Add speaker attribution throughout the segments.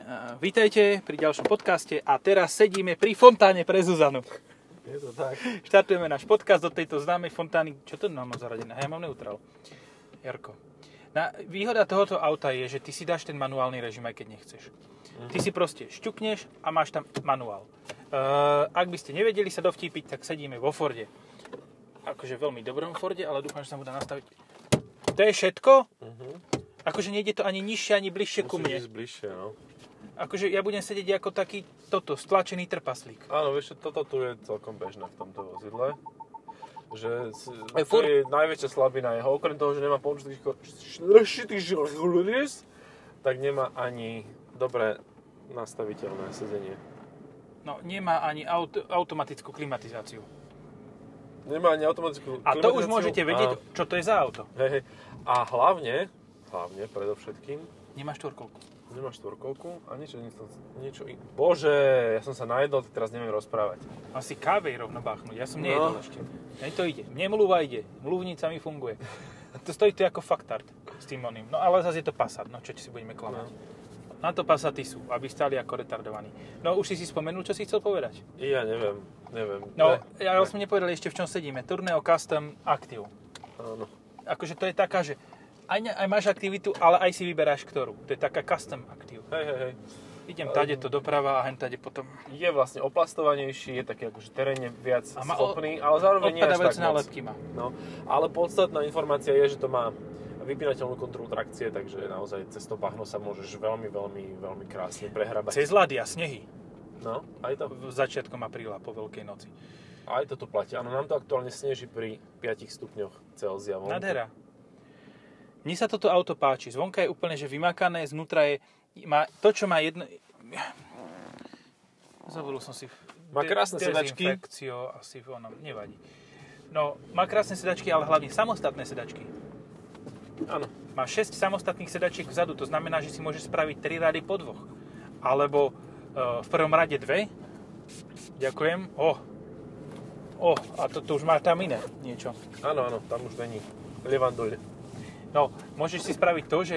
Speaker 1: Uh, Vítajte pri ďalšom podcaste a teraz sedíme pri fontáne pre Zuzanu.
Speaker 2: Je to tak.
Speaker 1: Štartujeme náš podcast do tejto známej fontány. Čo to nám má zaradené? Hej, ja mám neutral. Jarko. Na, výhoda tohoto auta je, že ty si dáš ten manuálny režim, aj keď nechceš. Ty si proste šťukneš a máš tam manuál. Uh, ak by ste nevedeli sa dovtípiť, tak sedíme vo Forde. Akože veľmi dobrom Forde, ale dúfam, že sa mu dá nastaviť. To je všetko? Akože nejde to ani nižšie, ani bližšie ku mne.
Speaker 2: Musíš ísť bližšie, no.
Speaker 1: Akože ja budem sedieť ako taký toto, stlačený trpaslík.
Speaker 2: Áno, vieš, čo, toto tu je celkom bežné v tomto vozidle. Že s-
Speaker 1: Aj
Speaker 2: to
Speaker 1: furt-
Speaker 2: je najväčšia slabina jeho. Okrem toho, že nemá poučitý žilhulris, tak nemá ani dobre nastaviteľné sedenie.
Speaker 1: No, nemá ani aut- automatickú klimatizáciu.
Speaker 2: Nemá ani automatickú
Speaker 1: A to už
Speaker 2: klimatizáciu.
Speaker 1: môžete vedieť,
Speaker 2: A,
Speaker 1: čo to je za auto.
Speaker 2: hej, hej. a hlavne, hlavne predovšetkým,
Speaker 1: Nemá štvorkolku.
Speaker 2: Nemáš štvorkolku a niečo, niečo, niečo in... Bože, ja som sa najedol, tak teraz neviem rozprávať.
Speaker 1: Mám si kávej rovno báchnuť, ja som
Speaker 2: No.
Speaker 1: nejedol ešte. Mne to ide, mne mluva ide, mluvnica mi funguje. To stojí tu ako faktart s tým oným. No ale zase je to Passat, no čo si budeme klamať. Na to Passaty sú, aby stali ako retardovaní. No už si si spomenul, čo si chcel povedať.
Speaker 2: Ja neviem, neviem.
Speaker 1: No,
Speaker 2: Ne,
Speaker 1: ja
Speaker 2: ne,
Speaker 1: som nepovedal ešte, v čom sedíme. Tourneo Custom Active.
Speaker 2: Áno.
Speaker 1: Akože to je taká, že aj, ne- aj máš aktivitu, ale aj si vyberáš ktorú. To je taká custom aktív.
Speaker 2: Hej, hej, hej.
Speaker 1: Idem tade to doprava a hen tade potom.
Speaker 2: Je vlastne oplastovanejší, je taký akože terénne viac
Speaker 1: A má o-
Speaker 2: schopný, ale zároveň nie až tak
Speaker 1: Odpadávajúce
Speaker 2: moc.
Speaker 1: nálepky má.
Speaker 2: No, ale podstatná informácia je, že to má vypínateľnú kontrolu trakcie, takže naozaj cez to bahno sa môžeš veľmi, veľmi, veľmi krásne prehrabať.
Speaker 1: Cez ľady a snehy.
Speaker 2: No, aj to,
Speaker 1: V začiatkom apríla po Veľkej noci.
Speaker 2: aj to tu platí. Áno, nám to aktuálne sneží pri 5 stupňoch Celzia. vonku.
Speaker 1: Nádhera. Mne sa toto auto páči. Zvonka je úplne že vymakané, znútra je... Má, to, čo má jedno... Zavolil som si... v-
Speaker 2: Má krásne
Speaker 1: de-
Speaker 2: sedačky.
Speaker 1: dezinfekcio asi v onom, nevadí. No, má krásne sedačky, ale hlavne samostatné sedačky.
Speaker 2: Áno.
Speaker 1: Má 6 samostatných sedačiek vzadu, to znamená, že si môže spraviť 3 rady po dvoch. Alebo e, v prvom rade dve. Ďakujem. O, o a to, to už má tam iné niečo.
Speaker 2: Áno, áno, tam už není levandule.
Speaker 1: No, môžeš si spraviť to, že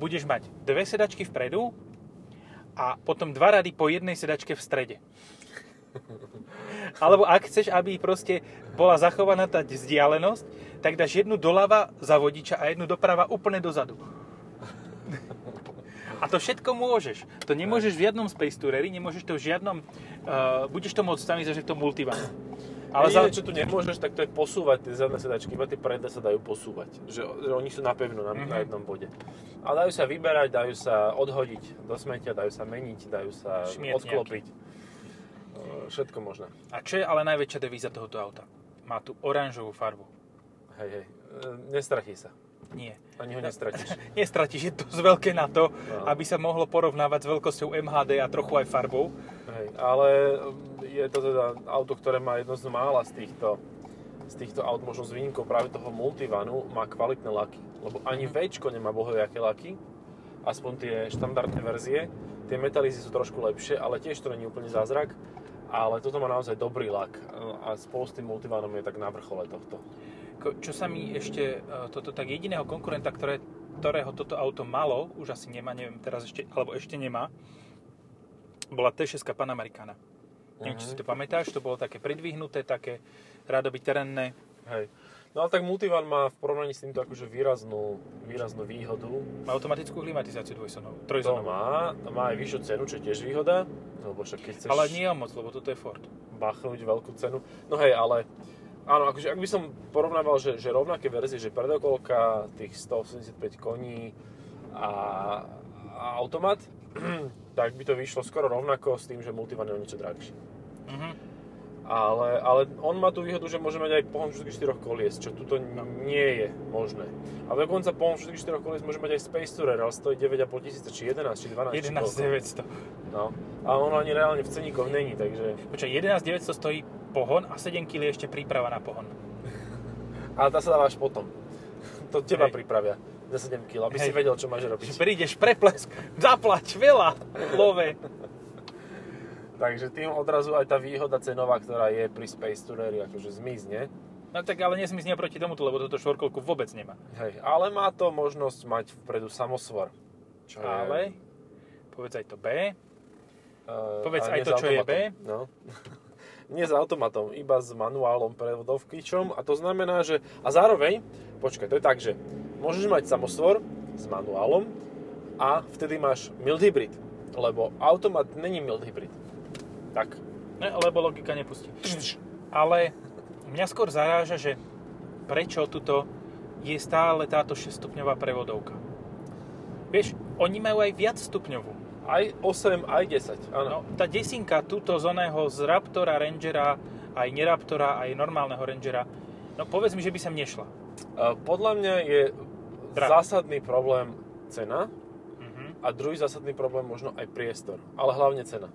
Speaker 1: budeš mať dve sedačky vpredu a potom dva rady po jednej sedačke v strede. Alebo ak chceš, aby proste bola zachovaná tá vzdialenosť, tak dáš jednu doľava za vodiča a jednu doprava úplne dozadu. A to všetko môžeš. To nemôžeš v žiadnom Space Toureri, nemôžeš to v žiadnom... Uh, budeš to môcť tam ísť, že v tom Multivan.
Speaker 2: Ale
Speaker 1: Ale za,
Speaker 2: Jediné, čo tu nemôžeš, tak to je posúvať tie zadné sedačky, iba tie predné sa dajú posúvať. Že, že oni sú napevno na, mm-hmm. na
Speaker 1: Mhm.
Speaker 2: jednom bode. A dajú sa vyberať, dajú sa odhodiť do smetia, dajú sa meniť, dajú sa
Speaker 1: Šmiet
Speaker 2: odklopiť. E, Všetko možné.
Speaker 1: a čo je ale najväčšia devíza tohoto auta? Má tu oranžovú farbu.
Speaker 2: Hej, hej. E, Nestratí sa.
Speaker 1: Nie.
Speaker 2: Ani ho nestratíš.
Speaker 1: Nestratíš, je to z veľké na to,
Speaker 2: No.
Speaker 1: aby sa mohlo porovnávať s veľkosťou MHD a trochu aj farbou.
Speaker 2: Hej. Ale mm, je to teda auto, ktoré má jedno z mála z týchto z týchto aut, možno s výnimkou práve toho multivanu, má kvalitné laky. Lebo ani
Speaker 1: Mhm.
Speaker 2: Včko nemá bohojaké laky, aspoň tie štandardné verzie. Tie metalizy sú trošku lepšie, ale tiež to není úplne zázrak. Ale toto má naozaj dobrý lak a spolu s tým multivanom je tak na vrchole tohto.
Speaker 1: Ko- Čo sa mi ešte e, toto tak jediného konkurenta, ktoré, ktorého toto auto malo, už asi nemá, neviem teraz ešte, alebo ešte nemá, bola T6 Panamericana. Neviem, či si
Speaker 2: Mhm.
Speaker 1: to pamätáš, to bolo také predvihnuté, také rádoby terénne.
Speaker 2: Hej. No ale tak multivan má v porovnaní s týmto akože výraznú, výraznú výhodu,
Speaker 1: Má automatickú klimatizáciu dvojsonovú,
Speaker 2: To
Speaker 1: trojsonovú.
Speaker 2: má, to má aj vyššiu cenu, čo je tiež výhoda, lebo však keď chceš
Speaker 1: Ale nie o moc, lebo toto je Ford.
Speaker 2: bachnúť veľkú cenu, no hej, ale áno, akože ak by som porovnával, že, že rovnaké verzie, že predokolka, tých 185 koní a, a automat, tak by to vyšlo skoro rovnako s tým, že Multivan je o niečo drahší.
Speaker 1: Mhm.
Speaker 2: Ale, ale on má tú výhodu, že môže mať aj pohon všetkých štyroch kolies, čo tuto nie je možné. A dokonca pohon všetkých štyroch kolies môže mať aj Space Tourer, ale stojí 9,5 tisíce, či 11, či 12, či koľko.
Speaker 1: 11900.
Speaker 2: No. A ono ani reálne v ceníkoch není, takže...
Speaker 1: Počkaj, 11900 stojí pohon a 7 kg je ešte príprava na pohon.
Speaker 2: Ale tá sa dáva až potom. To teba
Speaker 1: Hej.
Speaker 2: pripravia za 7 kg, aby si
Speaker 1: Hej.
Speaker 2: vedel, čo máš robiť.
Speaker 1: Že prídeš preplesk, zaplať veľa, love.
Speaker 2: Takže tým odrazu aj tá výhoda cenová, ktorá je pri Space Toureri, akože zmizne.
Speaker 1: No tak ale nesmizne proti tomuto, lebo toto štvorkolku vôbec nemá.
Speaker 2: Hej. Ale má to možnosť mať vpredu samosvor. Čo
Speaker 1: Ale
Speaker 2: je
Speaker 1: Povedz aj to B.
Speaker 2: Eh,
Speaker 1: Povedz
Speaker 2: a
Speaker 1: aj
Speaker 2: nie
Speaker 1: to,
Speaker 2: s
Speaker 1: čo je
Speaker 2: automatom. No. nie s automatom, iba s manuálom prevodovkyčom a to znamená, že... A zároveň, počkaj, to je tak, že môžeš mať samostvor s manuálom a vtedy máš mild hybrid, lebo automat není mild hybrid. Tak.
Speaker 1: Ne, lebo logika nepustí. Ale mňa skôr zaráža, že prečo tuto je stále táto 6-stupňová prevodovka. Vieš, oni majú aj viac stupňovú.
Speaker 2: Aj 8, aj 10,
Speaker 1: No,
Speaker 2: áno.
Speaker 1: tá desinka tuto z oného z Raptora, Rangera, aj neraptora, aj normálneho Rangera, no povedz mi, že by sem nešla.
Speaker 2: Eh, Podľa mňa je
Speaker 1: Drahé.
Speaker 2: zásadný problém cena
Speaker 1: Mhm.
Speaker 2: a druhý zásadný problém možno aj priestor, ale hlavne cena.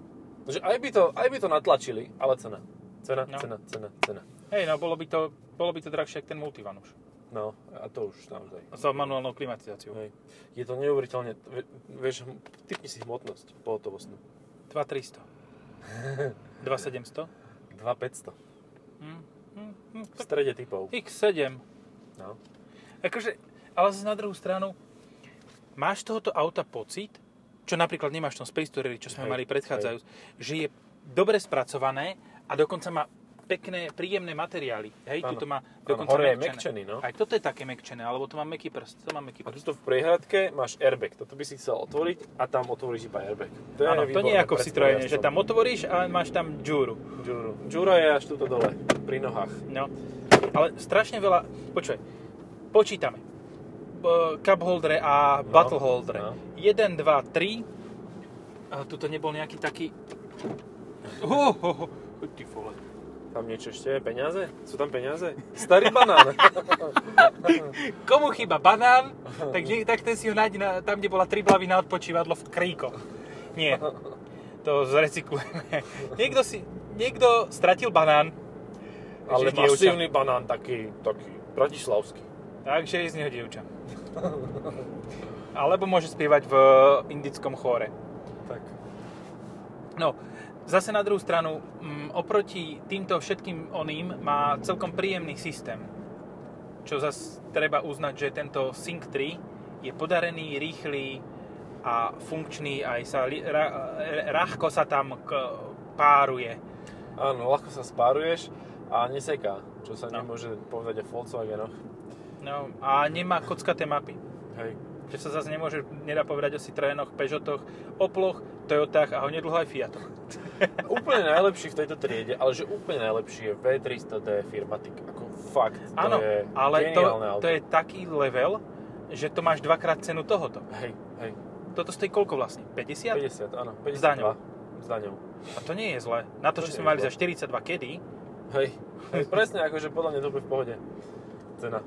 Speaker 2: Že aj by to, aj by to natlačili, ale cena. Cena,
Speaker 1: No.
Speaker 2: cena, cena, cena.
Speaker 1: Hej, no bolo by to, bolo by to drahšie, ako ten Multivan už.
Speaker 2: No, a to už naozaj.
Speaker 1: S manuálnou klimatizáciou.
Speaker 2: Hej. Je to neuveriteľne, ve- vieš, hm, typni si hmotnosť pohotovostnú.
Speaker 1: 2300. 2700.
Speaker 2: 2500.
Speaker 1: Hm, hm, hm,
Speaker 2: V
Speaker 1: tak
Speaker 2: strede typov.
Speaker 1: X7.
Speaker 2: No.
Speaker 1: Akože, ale zase na druhú stranu, máš tohoto auta pocit, čo napríklad nemáš v tom Space Tourer, čo sme
Speaker 2: Hej,
Speaker 1: mali predchádzajú, že je dobre spracované a dokonca má pekné, príjemné materiály. Hej,
Speaker 2: Áno.
Speaker 1: tuto má
Speaker 2: Áno,
Speaker 1: dokonca
Speaker 2: hore je
Speaker 1: mäkčené.
Speaker 2: mekčený, no.
Speaker 1: Aj toto je také mekčené, alebo to má meký prst, to má meký
Speaker 2: A
Speaker 1: prst.
Speaker 2: tuto v priehradke máš airbag. Toto by si chcel otvoriť a tam otvoríš iba airbag. To je
Speaker 1: Áno, to nie je
Speaker 2: výborné
Speaker 1: ako v
Speaker 2: pred
Speaker 1: Citroene, že
Speaker 2: spojazdcom.
Speaker 1: tam otvoríš a máš tam džúru.
Speaker 2: Džuru. Džura je až tuto dole, pri nohách.
Speaker 1: No, ale strašne veľa... Počkaj, počítame. B- cup holdere a
Speaker 2: No,
Speaker 1: battle holdere.
Speaker 2: no.
Speaker 1: 1, 2, 3. A tuto nebol nejaký taký... Ho, ho, ho. Ty vole.
Speaker 2: Tam niečo ešte je? Peniaze? Sú tam peniaze? Starý banán.
Speaker 1: Komu chýba banán, tak, nie- tak ten si ho nájde na, tam, kde bola tri blavy na odpočívadlo v kríkoch. Nie, to zrecyklujeme. Niekto si... Niekto stratil banán.
Speaker 2: Ale
Speaker 1: že dievča.
Speaker 2: masívny banán, taký, taký bratislavský.
Speaker 1: Takže je z neho dievča. Alebo môže spievať v indickom chóre.
Speaker 2: Tak.
Speaker 1: No, zase na druhú stranu, mm, oproti týmto všetkým oným má celkom príjemný systém. Čo zase treba uznať, že tento Sync 3 je podarený, rýchly a funkčný, aj sa li- ra- e, ľahko sa tam k- páruje.
Speaker 2: Áno, ľahko sa spáruješ a neseká, čo sa
Speaker 1: No.
Speaker 2: nemôže povedať o Volkswagenoch.
Speaker 1: No, a nemá kockaté mapy.
Speaker 2: Hej.
Speaker 1: Čo sa zase nemôže, nedá povedať o Citroenoch, Peugeotoch, Oploch, Toyotách a onedlho aj Fiatoch.
Speaker 2: úplne najlepší v tejto triede, ale že úplne najlepší je V300D Firmatic. Ako fakt, to
Speaker 1: Áno,
Speaker 2: je
Speaker 1: ale to,
Speaker 2: geniálne auto.
Speaker 1: to je taký level, že to máš dvakrát cenu tohoto.
Speaker 2: Hej, hej,
Speaker 1: Toto stojí koľko vlastne? 50?
Speaker 2: 50, áno, 52.
Speaker 1: S daňou.
Speaker 2: S daňou.
Speaker 1: A to nie je zle. Na to,
Speaker 2: To
Speaker 1: že
Speaker 2: nie
Speaker 1: sme
Speaker 2: je
Speaker 1: mali
Speaker 2: zle.
Speaker 1: za 42 kedy,
Speaker 2: Hej, hej, presne, akože podľa mňa to bude v pohode. Cena.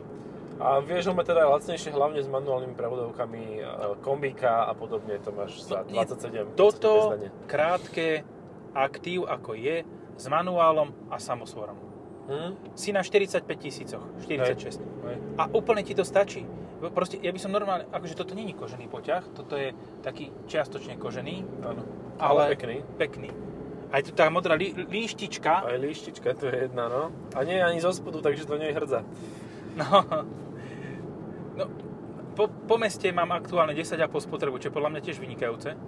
Speaker 2: A vieš, ho mať teda aj lacnejšie, hlavne s manuálnymi prevodovkami, e, kombíka a podobne, to máš za
Speaker 1: No, nie,
Speaker 2: 27, 25
Speaker 1: toto
Speaker 2: dane.
Speaker 1: krátke aktív ako je s manuálom a samosvorom.
Speaker 2: Hm?
Speaker 1: Si na 45 tisícoch, 46.
Speaker 2: Hej.
Speaker 1: A úplne ti to stačí. Proste, ja by som normálne, akože toto není kožený poťah, toto je taký čiastočne kožený,
Speaker 2: Áno. Ale,
Speaker 1: ale,
Speaker 2: pekný.
Speaker 1: pekný. Aj tu tá modrá lí, líštička,
Speaker 2: Aj líštička tu je jedna, no. A nie je ani zo spodu, takže to nie je hrdza.
Speaker 1: No, no po, po meste mám aktuálne 10,5 spotrebu, čo je podľa mňa tiež vynikajúce.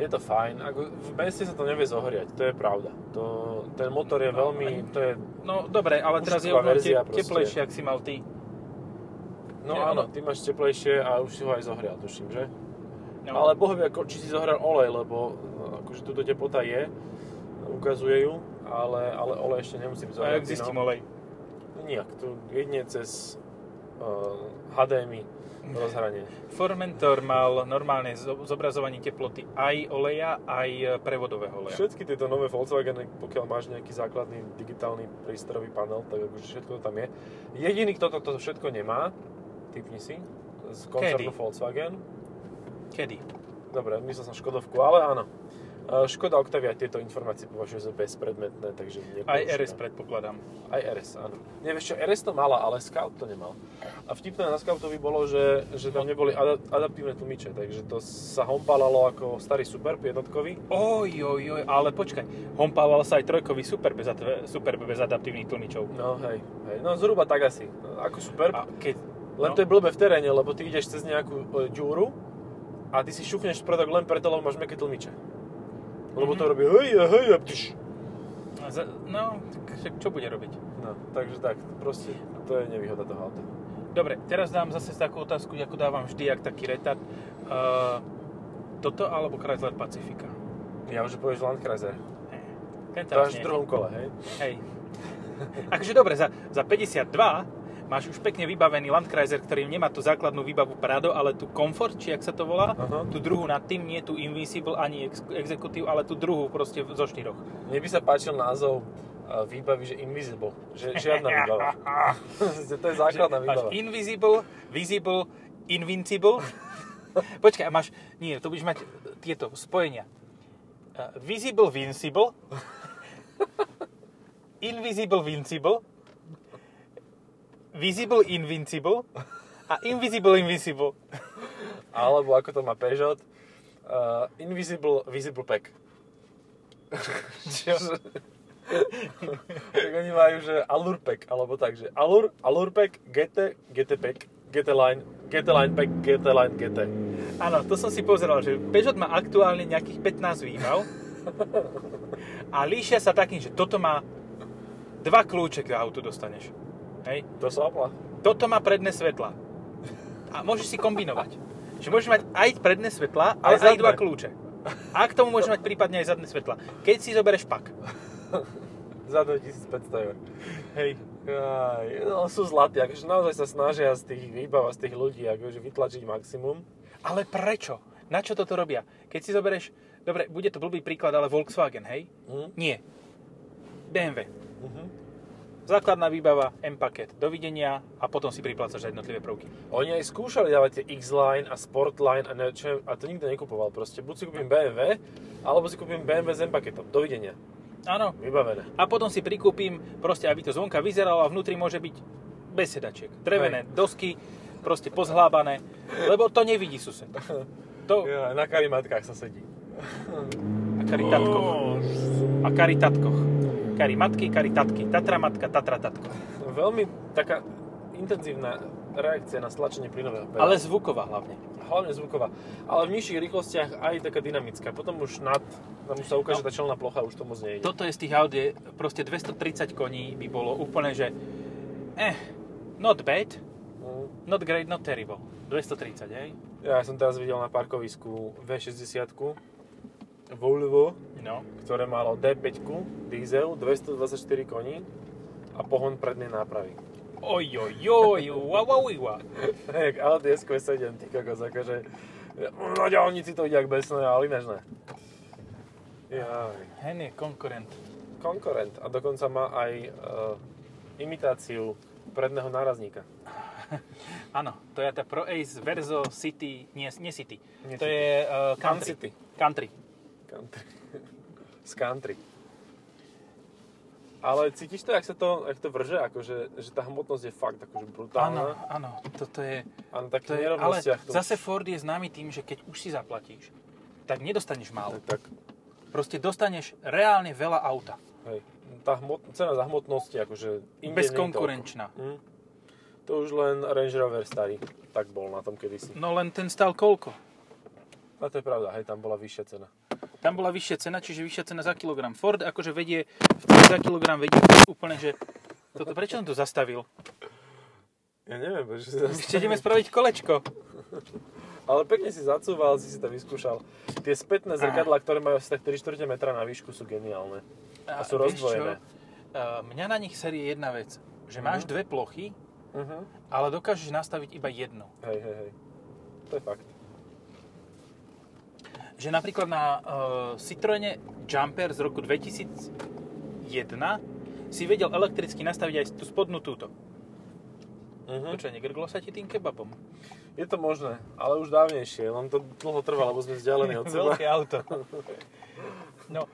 Speaker 2: Je to fajn. Ako v meste sa to nevie zohriať, to je pravda. To, ten motor je
Speaker 1: No,
Speaker 2: veľmi...
Speaker 1: ani-
Speaker 2: To je,
Speaker 1: No dobre, ale teraz je
Speaker 2: Mužská
Speaker 1: úplne te,
Speaker 2: verzia proste.
Speaker 1: teplejšie, ak si mal ty.
Speaker 2: no
Speaker 1: Nie, ono-
Speaker 2: áno, ty máš teplejšie a už si ho aj zohrial, tuším, že?
Speaker 1: No,
Speaker 2: Ale boh vie, ako, či si zohral olej, lebo e, akože tuto teplota je, ukazuje ju, ale, ale olej ešte nemusím
Speaker 1: a
Speaker 2: zohrať. no.
Speaker 1: jak zistím olej?
Speaker 2: Nijak, tu jedne cez uh, HDMI rozhranie.
Speaker 1: Formentor mal normálne zo- zobrazovanie teploty aj oleja, aj e, prevodového oleja.
Speaker 2: Všetky tieto nové Volkswageny, pokiaľ máš nejaký základný digitálny prístrojový panel, tak akože všetko to tam je. Jediný, kto toto všetko nemá, typni si, z koncernu
Speaker 1: Kedy?
Speaker 2: Volkswagen.
Speaker 1: Kedy?
Speaker 2: Dobre, myslel som Škodovku, ale áno. E, Škoda Octavia tieto informácie považuje za bezpredmetné, takže... nepoužíva.
Speaker 1: Aj RS predpokladám.
Speaker 2: Aj RS, áno. Nevieš čo, RS to mala, ale Scout to nemal. A vtipné na Scoutovi bolo, že, že tam neboli ada- adaptívne tlmiče, takže to sa hompalalo ako starý Superb jednotkový.
Speaker 1: Oj, oj, oj, ale počkaj. Hompával sa aj trojkový super bez, atve- super bez adaptívnych tlmičov.
Speaker 2: No hej, hej, no zhruba tak asi, ako Superb.
Speaker 1: A keď... no.
Speaker 2: Len to je blbe v teréne, lebo ty ideš cez nejakú e, ďúru a ty si šuchneš predok len preto, lebo máš meké tlmiče. Lebo to robí hej, hej, a pš.
Speaker 1: A za- No, tak však čo bude robiť?
Speaker 2: No, takže tak, proste to je nevýhoda toho auta.
Speaker 1: Dobre, teraz dám zase takú otázku, ako dávam vždy, jak taký retard. Uh, toto alebo Chrysler Pacifica?
Speaker 2: Ja už povieš Landkreiser.
Speaker 1: Ne, Ten
Speaker 2: To
Speaker 1: teraz
Speaker 2: až v
Speaker 1: nie.
Speaker 2: druhom kole, hej?
Speaker 1: Hej. Akože dobre, za, za 52 máš už pekne vybavený Landkreiser, ktorý nemá tú základnú výbavu Prado, ale tú Comfort, či jak sa to volá,
Speaker 2: Aha.
Speaker 1: tú druhú nad tým, nie tú Invincible ani ex- Executive, ale tú druhú proste v- zo štyroch.
Speaker 2: Mne by sa páčil názov eh, výbavy, že Invisible. Že žiadna výbava. Že to je základná
Speaker 1: Že
Speaker 2: výbava.
Speaker 1: Máš Invisible, Visible, Invincible. Počkaj, a máš, nie, to budeš mať e, tieto spojenia. Uh, visible, Vincible. Invisible, Vincible. Visible, Invincible. A Invisible, Invisible.
Speaker 2: Alebo ako to má Peugeot, eh, Invisible Visible Pack. Čo? tak oni majú, že Allure Pack, alebo tak, že Allure, Allure Pack, GT, GT Pack, GT Line, GT Line Pack, GT Line GT.
Speaker 1: Áno, to som si pozeral, že Peugeot má aktuálne nejakých 15 výbav. A líšia sa takým, že toto má dva kľúče k autu dostaneš. Hej?
Speaker 2: To sú opla.
Speaker 1: toto má predné svetla. A môžeš si kombinovať. Že môžeš mať aj predné svetla, ale aj, aj
Speaker 2: zadné.
Speaker 1: dva kľúče. A k tomu môžeš mať prípadne aj zadné svetla. Keď si zoberieš pak.
Speaker 2: Za 2500 eur.
Speaker 1: Hej.
Speaker 2: Aj, no, sú zlatí, akože naozaj sa snažia z tých výbav a z tých ľudí akože vytlačiť maximum.
Speaker 1: Ale prečo? Na čo toto robia? Keď si zoberieš... Dobre, bude to blbý príklad, ale Volkswagen, hej?
Speaker 2: Hm?
Speaker 1: Nie. BMW. Základná výbava, M-paket. Dovidenia a potom si priplácaš za jednotlivé prvky.
Speaker 2: Oni aj skúšali dávať tie X-Line a Sportline a, ne, čo, a to nikto nekupoval proste. Buď si kúpim BMW, alebo si kúpim BMW s M-paketom. Dovidenia.
Speaker 1: Áno.
Speaker 2: Vybavené.
Speaker 1: A potom si prikúpim proste, aby to zvonka vyzeralo a vnútri môže byť bez sedačiek. Drevené Hej. dosky, proste pozhlábané, lebo to nevidí sused. To
Speaker 2: Ja, na karimatkách sa sedí. Oh.
Speaker 1: a karitatkoch. A karitatkoch. Kari matky, kari tatky. Tatra matka, tatra tatko.
Speaker 2: Veľmi taká intenzívna reakcia na stlačenie plynového pedála.
Speaker 1: Ale zvuková hlavne.
Speaker 2: Hlavne zvuková. Ale v nižších rýchlostiach aj taká dynamická. Potom už nad, tam už sa ukáže
Speaker 1: No.
Speaker 2: tá čelná plocha, už tomu znie.
Speaker 1: Toto je z tých Audi, proste 230 koní by bolo úplne, že eh, not bad, not great, not terrible. 230, hej?
Speaker 2: No, Ja som teraz videl na parkovisku V60 Volvo,
Speaker 1: No.
Speaker 2: ktoré malo D5 diesel, 224 koní a pohon prednej nápravy.
Speaker 1: Oj, oj, oj, ua, ua, ua.
Speaker 2: Jak Audi SQ7, ty kokos, akože... Na ďalnici to ide jak besné, ale ináč ne. Jaj.
Speaker 1: Hen je konkurent.
Speaker 2: Konkurent a dokonca má aj e, imitáciu predného nárazníka.
Speaker 1: Áno, to je tá Pro Ace Verzo City, nie, nie City.
Speaker 2: Nie
Speaker 1: to
Speaker 2: City.
Speaker 1: je uh, country.
Speaker 2: City.
Speaker 1: country.
Speaker 2: Country. Z country. Ale cítiš to, jak sa to, jak to vrže, akože, že tá hmotnosť je fakt akože
Speaker 1: Áno,
Speaker 2: brutálna.
Speaker 1: áno, toto je...
Speaker 2: A na takých
Speaker 1: To je ale
Speaker 2: nerovnostiach to...
Speaker 1: zase Ford je známy tým, že keď už si zaplatíš, tak nedostaneš málo.
Speaker 2: Tak, tak,
Speaker 1: Proste dostaneš reálne veľa auta.
Speaker 2: hej. Tá hmot, cena za hmotnosť je akože... inde nie je
Speaker 1: Bezkonkurenčná.
Speaker 2: toľko. Hm. To už len Range Rover starý tak bol na tom kedysi.
Speaker 1: No len ten stál koľko?
Speaker 2: A to je pravda, hej, tam bola vyššia cena.
Speaker 1: Tam bola vyššia cena, čiže vyššia cena za kilogram. Ford akože vedie, v cene za kilogram vedie úplne, že... Toto, prečo som to zastavil?
Speaker 2: Ja neviem, prečo si zas-
Speaker 1: Ešte ideme spraviť kolečko.
Speaker 2: Ale pekne si zacúval, si si to vyskúšal. Tie spätné zrkadlá, ktoré majú asi tak 3 čtvrte metra na výšku, sú geniálne. A sú
Speaker 1: vieš čo?
Speaker 2: rozdvojené. Mhm.
Speaker 1: Uh, Mňa na nich serie jedna vec, že máš dve plochy, Mhm.
Speaker 2: Uh-huh.
Speaker 1: ale dokážeš nastaviť iba jednu.
Speaker 2: Hej, hej, hej. To je fakt.
Speaker 1: Že napríklad na uh, Citroene Jumper z roku 2001 si vedel elektricky nastaviť aj tú spodnú túto.
Speaker 2: Uh-huh.
Speaker 1: Počkaj, negrglo sa ti tým kebabom?
Speaker 2: Je to možné, ale už dávnejšie, len to dlho trvalo, lebo sme vzdialení od seba.
Speaker 1: Veľké auto. No,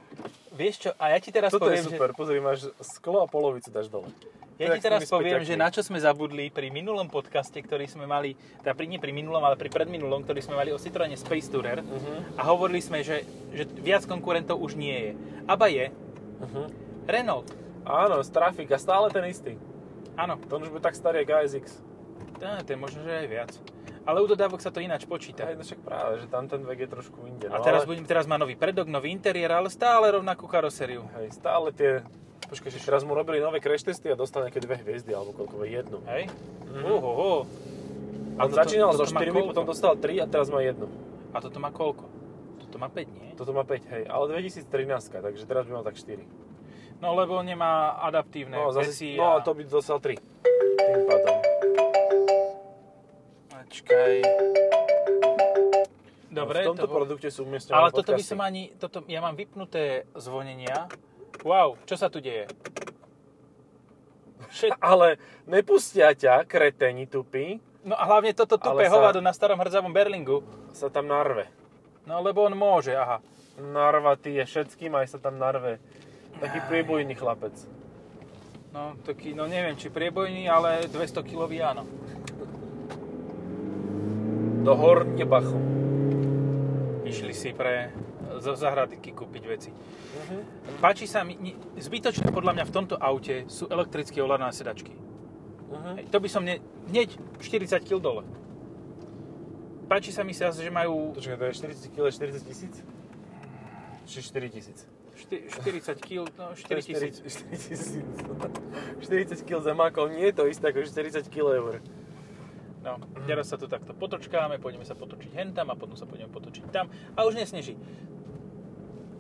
Speaker 1: vieš čo, a ja ti teraz
Speaker 2: Toto
Speaker 1: poviem,
Speaker 2: je super, pozri, máš sklo a polovicu dáš dole.
Speaker 1: že, ja ti
Speaker 2: To je jak s
Speaker 1: teraz
Speaker 2: tými
Speaker 1: poviem,
Speaker 2: späťakmi.
Speaker 1: že na čo sme zabudli pri minulom podcaste, ktorý sme mali, teda pri, nie pri minulom, ale pri predminulom, ktorý sme mali o Citroene Space Tourer,
Speaker 2: Uh-huh.
Speaker 1: a hovorili sme, že, že viac konkurentov už nie je. Aba je mhm.
Speaker 2: Uh-huh.
Speaker 1: Renault.
Speaker 2: Áno, z trafika, stále ten istý.
Speaker 1: Áno,
Speaker 2: To už bude tak starý ako ASX.
Speaker 1: tá, to je možno, že aj viac. Ale u dodávok sa to ináč počíta.
Speaker 2: Aj, no však práve, že tam ten vek je trošku inde.
Speaker 1: A
Speaker 2: no,
Speaker 1: teraz,
Speaker 2: ale-
Speaker 1: budem, teraz má nový predok, nový interiér, ale stále rovnakú karosériu.
Speaker 2: Hej, stále tie... Počkaj, že teraz mu robili nové crash testy a dostal nejaké dve hviezdy, alebo koľko, jednu.
Speaker 1: Hej?
Speaker 2: Mhm.
Speaker 1: Uhoho.
Speaker 2: A
Speaker 1: A
Speaker 2: on
Speaker 1: toto-
Speaker 2: začínal so
Speaker 1: toto má
Speaker 2: 4,
Speaker 1: koľko?
Speaker 2: potom dostal 3 a teraz má jednu.
Speaker 1: A toto má koľko? Toto má 5, nie?
Speaker 2: Toto má 5, hej, ale 2013, takže teraz by mal tak 4.
Speaker 1: No lebo nemá adaptívne
Speaker 2: No,
Speaker 1: pesi
Speaker 2: zase, no a to by dostal 3. Tým pádom.
Speaker 1: Ačkaj. Dobre,
Speaker 2: no, v tomto
Speaker 1: to bolo-
Speaker 2: produkte sú umiestňované
Speaker 1: Ale toto by
Speaker 2: podcasty.
Speaker 1: som ani... Toto, ja mám vypnuté zvonenia. Wow, čo sa tu deje? Šet,
Speaker 2: Ale nepustia ťa, kreteni tupy,
Speaker 1: no a hlavne toto tupé
Speaker 2: Ale sa-
Speaker 1: hovado na starom hrdzavom Berlingu.
Speaker 2: sa tam narve.
Speaker 1: No lebo on môže, aha.
Speaker 2: Narva ty je všetkým, aj sa tam narve. Taký priebojný chlapec.
Speaker 1: No taký, no neviem, či priebojný, ale 200 kilový áno.
Speaker 2: Do horne bachu.
Speaker 1: Išli si pre zo zahradky kúpiť veci.
Speaker 2: Mhm,
Speaker 1: Páči sa mi, ni- zbytočné podľa mňa v tomto aute sú elektrické ovládané sedačky.
Speaker 2: Mhm.
Speaker 1: Hej, To by som ne, hneď 40 kg dole. Páči sa mi sa, že majú
Speaker 2: Počkaj, to je 40 kg, 40 tisíc? Či 4 tisíc?
Speaker 1: šty- 40 kg, no 4 tisíc.
Speaker 2: 40 tisíc. 40 kg zemákov nie je to isté ako 40 kg eur.
Speaker 1: No, teraz sa tu takto potočkáme, pôjdeme sa potočiť hentam a potom sa pôjdeme potočiť tam a už nesneží.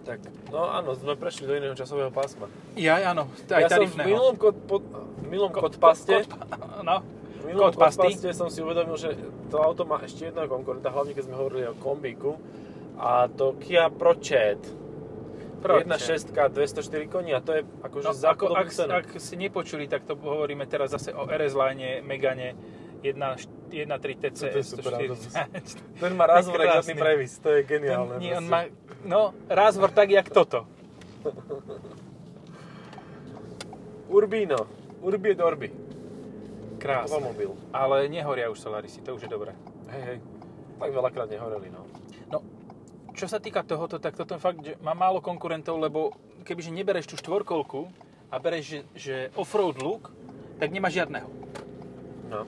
Speaker 2: Tak, no áno, sme prešli do iného časového pásma.
Speaker 1: Ja, áno, aj
Speaker 2: ja som v
Speaker 1: tarifného.
Speaker 2: minulom kod, pod, minulom
Speaker 1: Ko-
Speaker 2: kod, paste,
Speaker 1: ko- ko- no,
Speaker 2: v minulom
Speaker 1: kod pasty.
Speaker 2: paste som si uvedomil, že to auto má ešte jedného konkurenta, hlavne keď sme hovorili o kombíku. A to Kia Pročet.
Speaker 1: Pročet.
Speaker 2: 1.6, 204 koní a to je akože
Speaker 1: no
Speaker 2: no, za
Speaker 1: ako,
Speaker 2: ak,
Speaker 1: ak, ak si nepočuli, tak to hovoríme teraz zase o RS Line Megane 1.3 TC
Speaker 2: To je super auto.
Speaker 1: 140.
Speaker 2: Ten má razvorek,
Speaker 1: krásny.
Speaker 2: zadný previs, to je geniálne.
Speaker 1: Ten, nie, on
Speaker 2: proste.
Speaker 1: má, no, rázvor tak, jak toto.
Speaker 2: Urbino, Urbi et Orbi,
Speaker 1: Krásne.
Speaker 2: automobil.
Speaker 1: Ale nehoria už Solarisy, to už je dobré.
Speaker 2: Hej, hej. Tak veľakrát nehoreli, no.
Speaker 1: No, čo sa týka tohoto, tak toto je fakt, že má málo konkurentov, lebo kebyže nebereš tú štvorkolku a bereš, že, že offroad look, tak nemá žiadneho.
Speaker 2: No.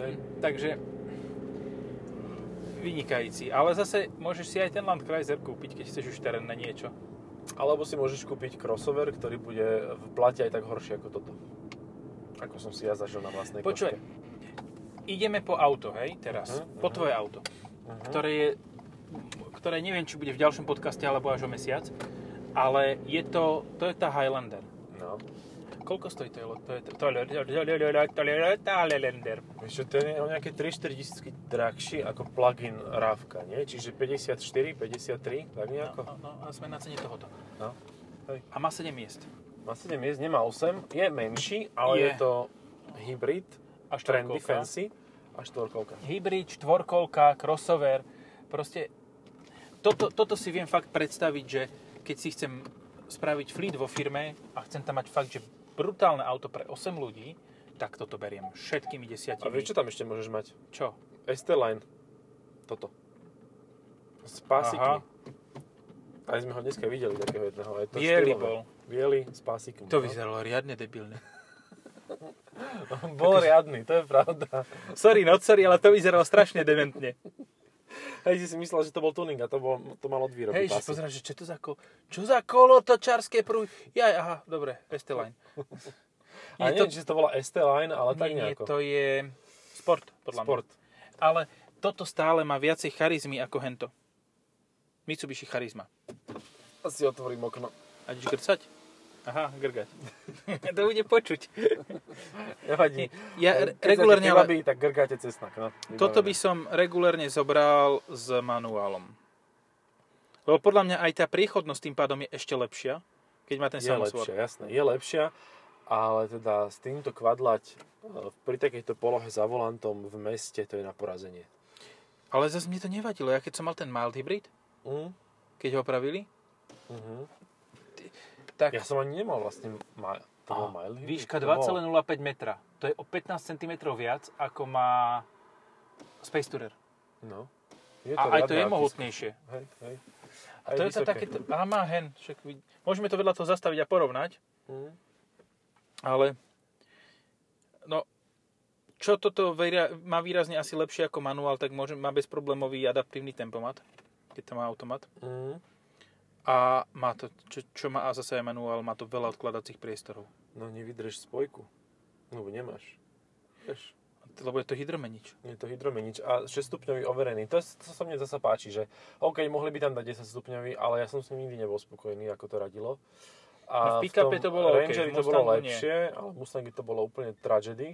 Speaker 2: Hej.
Speaker 1: Takže vynikajúci. Ale zase môžeš si aj ten Landkreiser kúpiť, keď chceš už terén na niečo.
Speaker 2: Alebo si môžeš kúpiť crossover, ktorý bude v plate aj tak horší ako toto. Ako som si ja zažil na vlastnej
Speaker 1: Počuj,
Speaker 2: kožke.
Speaker 1: ideme po auto, hej, teraz.
Speaker 2: Mhm,
Speaker 1: po
Speaker 2: mhm.
Speaker 1: tvoje auto.
Speaker 2: Mhm.
Speaker 1: ktoré je ktoré neviem, či bude v ďalšom podcaste alebo až o mesiac, ale je to Toyota Highlander.
Speaker 2: No.
Speaker 1: Koľko stojí to? To je Toyota Highlander.
Speaker 2: Vieš čo, ten je o nejaké 3-4 tisícky drahší ako plug-in rávka, nie? Čiže 54, 53, tak
Speaker 1: No,
Speaker 2: nejako.
Speaker 1: no, no, a sme na cene tohoto.
Speaker 2: No. Hej.
Speaker 1: A má 7 miest.
Speaker 2: Má 7 miest, nemá 8, je menší, ale
Speaker 1: Je.
Speaker 2: je, to hybrid,
Speaker 1: A
Speaker 2: trendy,
Speaker 1: štvorkolka.
Speaker 2: fancy a štvorkolka.
Speaker 1: Hybrid, štvorkolka, crossover. Proste toto, toto si viem fakt predstaviť, že keď si chcem spraviť fleet vo firme a chcem tam mať fakt, že brutálne auto pre 8 ľudí, tak toto beriem všetkými
Speaker 2: A
Speaker 1: desiatimi.
Speaker 2: vieš, čo tam ešte môžeš mať?
Speaker 1: Čo?
Speaker 2: Esterline. Toto. S
Speaker 1: Aha.
Speaker 2: pásikmi. Aj sme ho dneska videli takého jedného. Je to
Speaker 1: Bielý
Speaker 2: štýlové.
Speaker 1: bol.
Speaker 2: Bielý s No. pásikmi.
Speaker 1: To vyzeralo riadne debilne.
Speaker 2: Bol riadny, to je pravda.
Speaker 1: Sorry, not sorry, ale to vyzeralo strašne dementne.
Speaker 2: Hej, si si myslel, že to bol tuning a to, bol, to mal od výroby
Speaker 1: Hej, že
Speaker 2: pásik.
Speaker 1: pozerám, že čo to za kolo? Čo za kolo točarské prúj? Jaj, aha, dobre, Esteline. Nie,
Speaker 2: A nie, to...
Speaker 1: to-
Speaker 2: či to bola ST Line, ale tak
Speaker 1: Nie, nie,
Speaker 2: nejako.
Speaker 1: to je sport, podľa
Speaker 2: Sport.
Speaker 1: mňa. Ale toto stále má viacej charizmy ako hento. Mitsubishi charizma.
Speaker 2: Asi otvorím okno.
Speaker 1: A ideš grcať? Aha, grgať. to bude počuť.
Speaker 2: Nevadí.
Speaker 1: Ja
Speaker 2: Keď
Speaker 1: re-
Speaker 2: sa ti
Speaker 1: regulérne, ale
Speaker 2: krabí, tak grkáte cesnak. No,
Speaker 1: toto by
Speaker 2: vybavené.
Speaker 1: som regulérne zobral s manuálom. Lebo podľa mňa aj tá priechodnosť tým pádom je ešte lepšia, keď má ten
Speaker 2: je
Speaker 1: samosvor.
Speaker 2: lepšia, jasné, je lepšia, ale teda s týmto kvadlať e, pri takejto polohe za volantom v meste, to je na porazenie.
Speaker 1: Ale zase mne to nevadilo. Ja keď som mal ten mild hybrid,
Speaker 2: Mm.
Speaker 1: keď ho opravili,
Speaker 2: Mhm.
Speaker 1: tak
Speaker 2: Ja som ani nemal vlastne ma- to bol mild hybrid,
Speaker 1: výška
Speaker 2: to bol-
Speaker 1: 2,05 metra. To je o 15 cm viac, ako má Space Tourer.
Speaker 2: No. Je
Speaker 1: A aj to je
Speaker 2: riadne autisko.
Speaker 1: mohutnejšie.
Speaker 2: Hej, hej.
Speaker 1: A to je to takéto... A má hen. Však vid- Môžeme to vedľa toho zastaviť a porovnať,
Speaker 2: Mm.
Speaker 1: ale... No, čo toto veria, má výrazne asi lepšie ako manuál, tak môže, má bezproblémový adaptívny tempomat, keď tam má automat.
Speaker 2: Mm.
Speaker 1: A má to, čo, čo má a zase aj manuál, má to veľa odkladacích priestorov.
Speaker 2: No nevydrž spojku, lebo nemáš. Vieš,
Speaker 1: Lebo je to hydromenič.
Speaker 2: je to hydromenič a 6-stupňový overený. To, je- to sa mne zasa páči, že OK, mohli by tam dať 10-stupňový, ale ja som s ním nikdy nebol spokojný, ako to radilo.
Speaker 1: No v pick-upe
Speaker 2: tom
Speaker 1: to bolo OK,
Speaker 2: Rangeri
Speaker 1: v
Speaker 2: to bolo
Speaker 1: Mustangu nie.
Speaker 2: lepšie, ale v Mustangi to bolo úplne tragedy.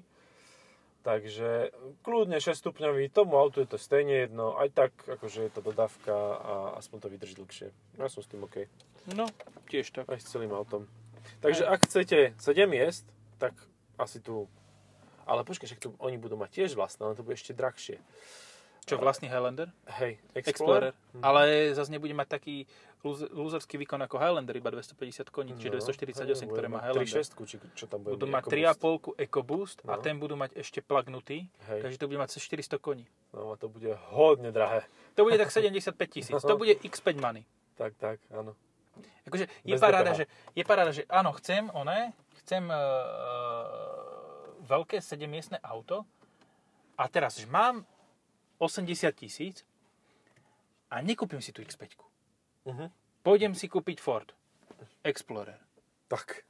Speaker 2: Takže kľudne 6-stupňový, tomu autu je to stejne jedno, aj tak akože je to dodávka a aspoň to vydrží dlhšie. Ja som s tým OK.
Speaker 1: No, tiež tak.
Speaker 2: Aj s celým autom. Takže ak chcete 7 miest, tak asi tu... Ale počkaj, však tu oni budú mať tiež vlastné, ale to bude ešte drahšie.
Speaker 1: Čo, vlastný Highlander?
Speaker 2: Hej,
Speaker 1: Explorer.
Speaker 2: Explorer. Mhm.
Speaker 1: Hm. Ale zase nebude mať taký lúz- lúzerský výkon ako Highlander, iba 250 koní,
Speaker 2: Mm, No,
Speaker 1: čiže 248, ktoré má Highlander.
Speaker 2: 36, či čo tam bude.
Speaker 1: Budú
Speaker 2: mať,
Speaker 1: mať
Speaker 2: EcoBoost.
Speaker 1: 3,5 EcoBoost a
Speaker 2: No.
Speaker 1: ten budú mať ešte plagnutý,
Speaker 2: Hej,
Speaker 1: takže to bude mať cez 400 koní.
Speaker 2: no a to bude hodne drahé.
Speaker 1: To bude tak 75 tisíc, to bude X5 money.
Speaker 2: Tak, tak, áno.
Speaker 1: Akože je
Speaker 2: Bez
Speaker 1: paráda,
Speaker 2: DPH.
Speaker 1: že, je paráda, že áno, chcem oné, chcem e, e, veľké sedemmiestne auto a teraz, že mám 80 tisíc a nekúpim si tú X5.
Speaker 2: Mhm.
Speaker 1: Pôjdem si kúpiť Ford Explorer,
Speaker 2: Tak.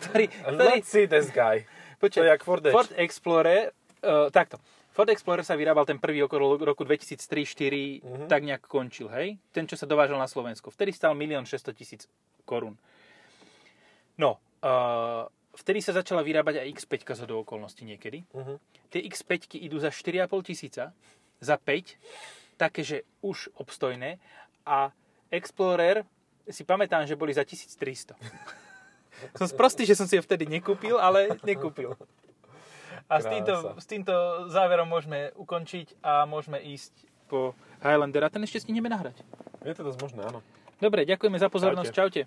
Speaker 1: ktorý, ktorý
Speaker 2: Let's see this guy.
Speaker 1: počkaj,
Speaker 2: To je jak Ford Edge.
Speaker 1: Ford Explorer, e, takto, Ford Explorer sa vyrábal ten prvý okolo roku 2003-2004,
Speaker 2: Mhm.
Speaker 1: tak nejak končil, hej? Ten, čo sa dovážal na Slovensko. Vtedy stal 1 600 tisíc korún. No, uh, vtedy sa začala vyrábať aj X5 za do okolností niekedy.
Speaker 2: Mhm.
Speaker 1: Tie X5 idú za 4,5 tisíca, za 5, také, že už obstojné. A Explorer, si pamätám, že boli za 1300. som sprostý, že som si ho vtedy nekúpil, ale nekúpil. A s týmto,
Speaker 2: Krása.
Speaker 1: s týmto záverom môžeme ukončiť a môžeme ísť po Highlander. A ten ešte stihneme nahrať.
Speaker 2: Je to dosť možné, áno.
Speaker 1: Dobre, ďakujeme za pozornosť. Čaute.